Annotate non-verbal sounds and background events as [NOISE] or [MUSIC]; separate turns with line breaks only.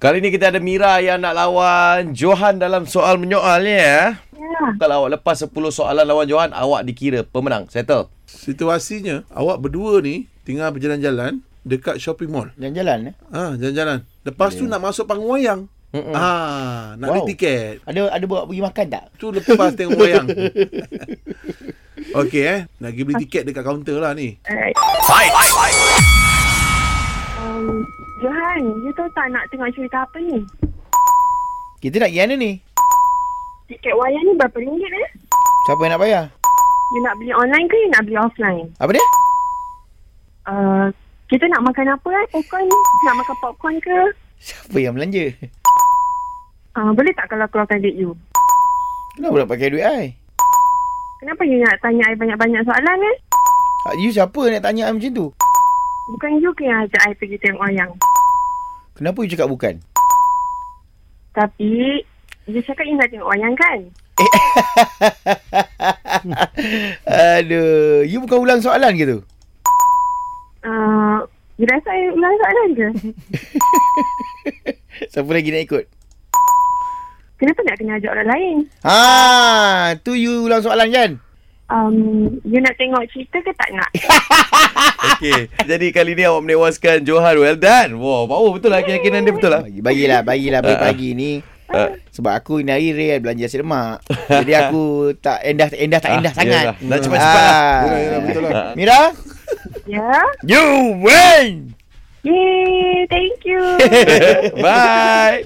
Kali ni kita ada Mira yang nak lawan Johan dalam soal menyoal ni ya.
Ya.
Kalau awak lepas 10 soalan lawan Johan, awak dikira pemenang. Settle.
Situasinya awak berdua ni tengah berjalan-jalan dekat shopping mall.
Jalan-jalan eh?
Ah, jalan-jalan. Lepas tu nak masuk panggung wayang.
Mm-mm.
Ah, nak
Ya. Wow.
beli tiket.
Ada ada bawa pergi makan tak?
Tu lepas tengok
[LAUGHS]
wayang. Okey eh, nak pergi beli tiket dekat kaunter lah ni.
Alright. Um, Johan, you tahu tak nak tengok cerita apa ni?
Kita nak pergi mana ni?
Tiket wayang ni berapa ringgit eh?
Siapa yang nak bayar?
You nak beli online ke you nak beli offline?
Apa dia?
Uh, kita nak makan apa eh? Popcorn? Nak makan popcorn ke?
Siapa yang belanja?
Uh, boleh tak kalau keluarkan duit you?
Kenapa nak pakai duit ai?
Kenapa you nak tanya I banyak-banyak soalan eh?
Ah, You siapa nak tanya I macam tu?
Bukan you ke yang ajak I pergi tengok wayang.
Kenapa you cakap
[LAUGHS]
bukan?
Tapi, you cakap you nak tengok wayang kan?
Aduh, you bukan ulang soalan ke tu? [LAUGHS]
Uh, you rasa I ulang soalan ke?
Siapa lagi nak ikut?
Kenapa nak kena ajak orang lain?
Ha, tu you ulang soalan kan?
Um, you nak tengok cerita ke tak nak?
Okey. Jadi kali ni awak menewaskan Johan. Well done. Wow, power betul lah keyakinan dia betul lah.
Bagi, bagilah, bagilah
Ah, ah.
pagi-pagi ni.
Ah.
Sebab aku ini hari real belanja nasi
[LAUGHS]
lemak. Jadi aku tak endah endah tak
Ah,
endah sangat.
yelah. Nak cepat-cepat lah. [LAUGHS]
Ah.
Yelah, yelah, betul lah.
Mira,
Ya? Yeah?
you win.
Yay! Thank you!
Bye.